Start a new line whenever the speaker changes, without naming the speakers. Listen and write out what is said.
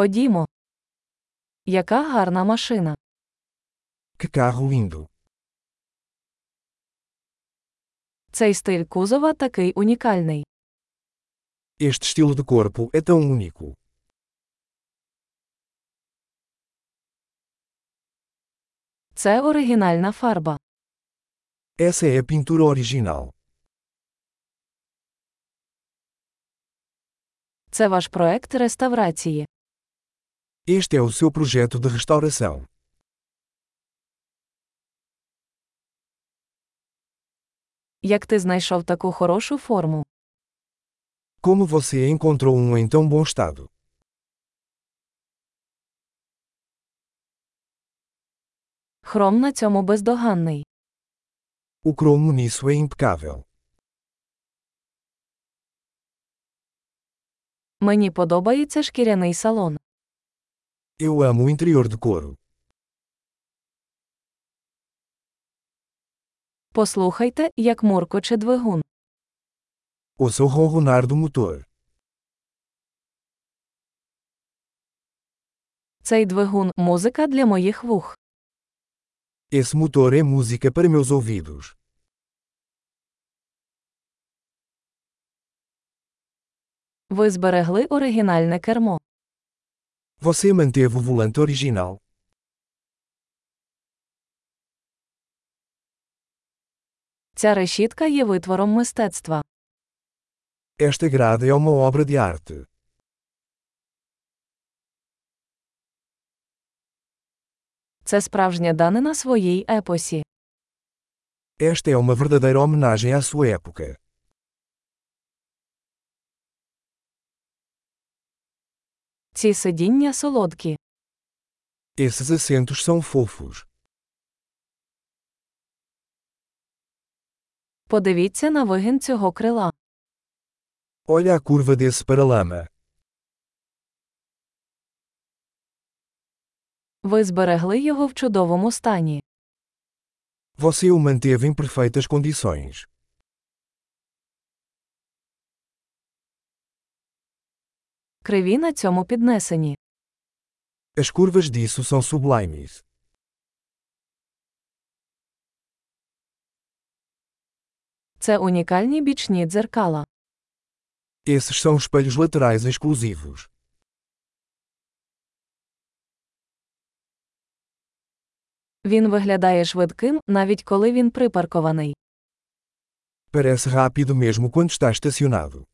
Ходімо. Яка гарна машина.
Que carro lindo!
Цей стиль кузова такий унікальний.
Este estilo de corpo é tão único.
Це оригінальна фарба.
Essa é a pintura original.
Це ваш проект реставрації.
Este é o seu projeto de restauração.
Як ти знайшов таку хорошу форму?
Como você encontrou um em tão bom estado?
Хром на цьому бездоганний.
O cromo nisso é impecável.
Мені подобається шкіряний салон.
Eu amo o interior de couro.
Послухайте, як муркоче двигун.
Ouça o ronronar do motor.
Цей двигун музика для моїх вух.
Esse motor é música para meus ouvidos.
Ви зберегли оригінальне кермо.
Você manteve o volante original.
Ця решітка є витвором мистецтва.
Esta grade é uma obra de arte.
Це справжня данина своїй епосі.
Esta é uma verdadeira homenagem à sua época.
Ці сидіння солодкі.
Esses assentos são fofos.
Подивіться на вигін цього крила.
Olha a curva desse paralama.
Ви зберегли його в чудовому стані.
Você o manteve em perfeitas condições.
Криві на цьому піднесені.
As curvas disso são sublimes.
Це унікальні бічні дзеркала.
Esses são espelhos laterais exclusivos.
Він виглядає швидким, навіть коли він припаркований.
Parece rápido mesmo quando está estacionado.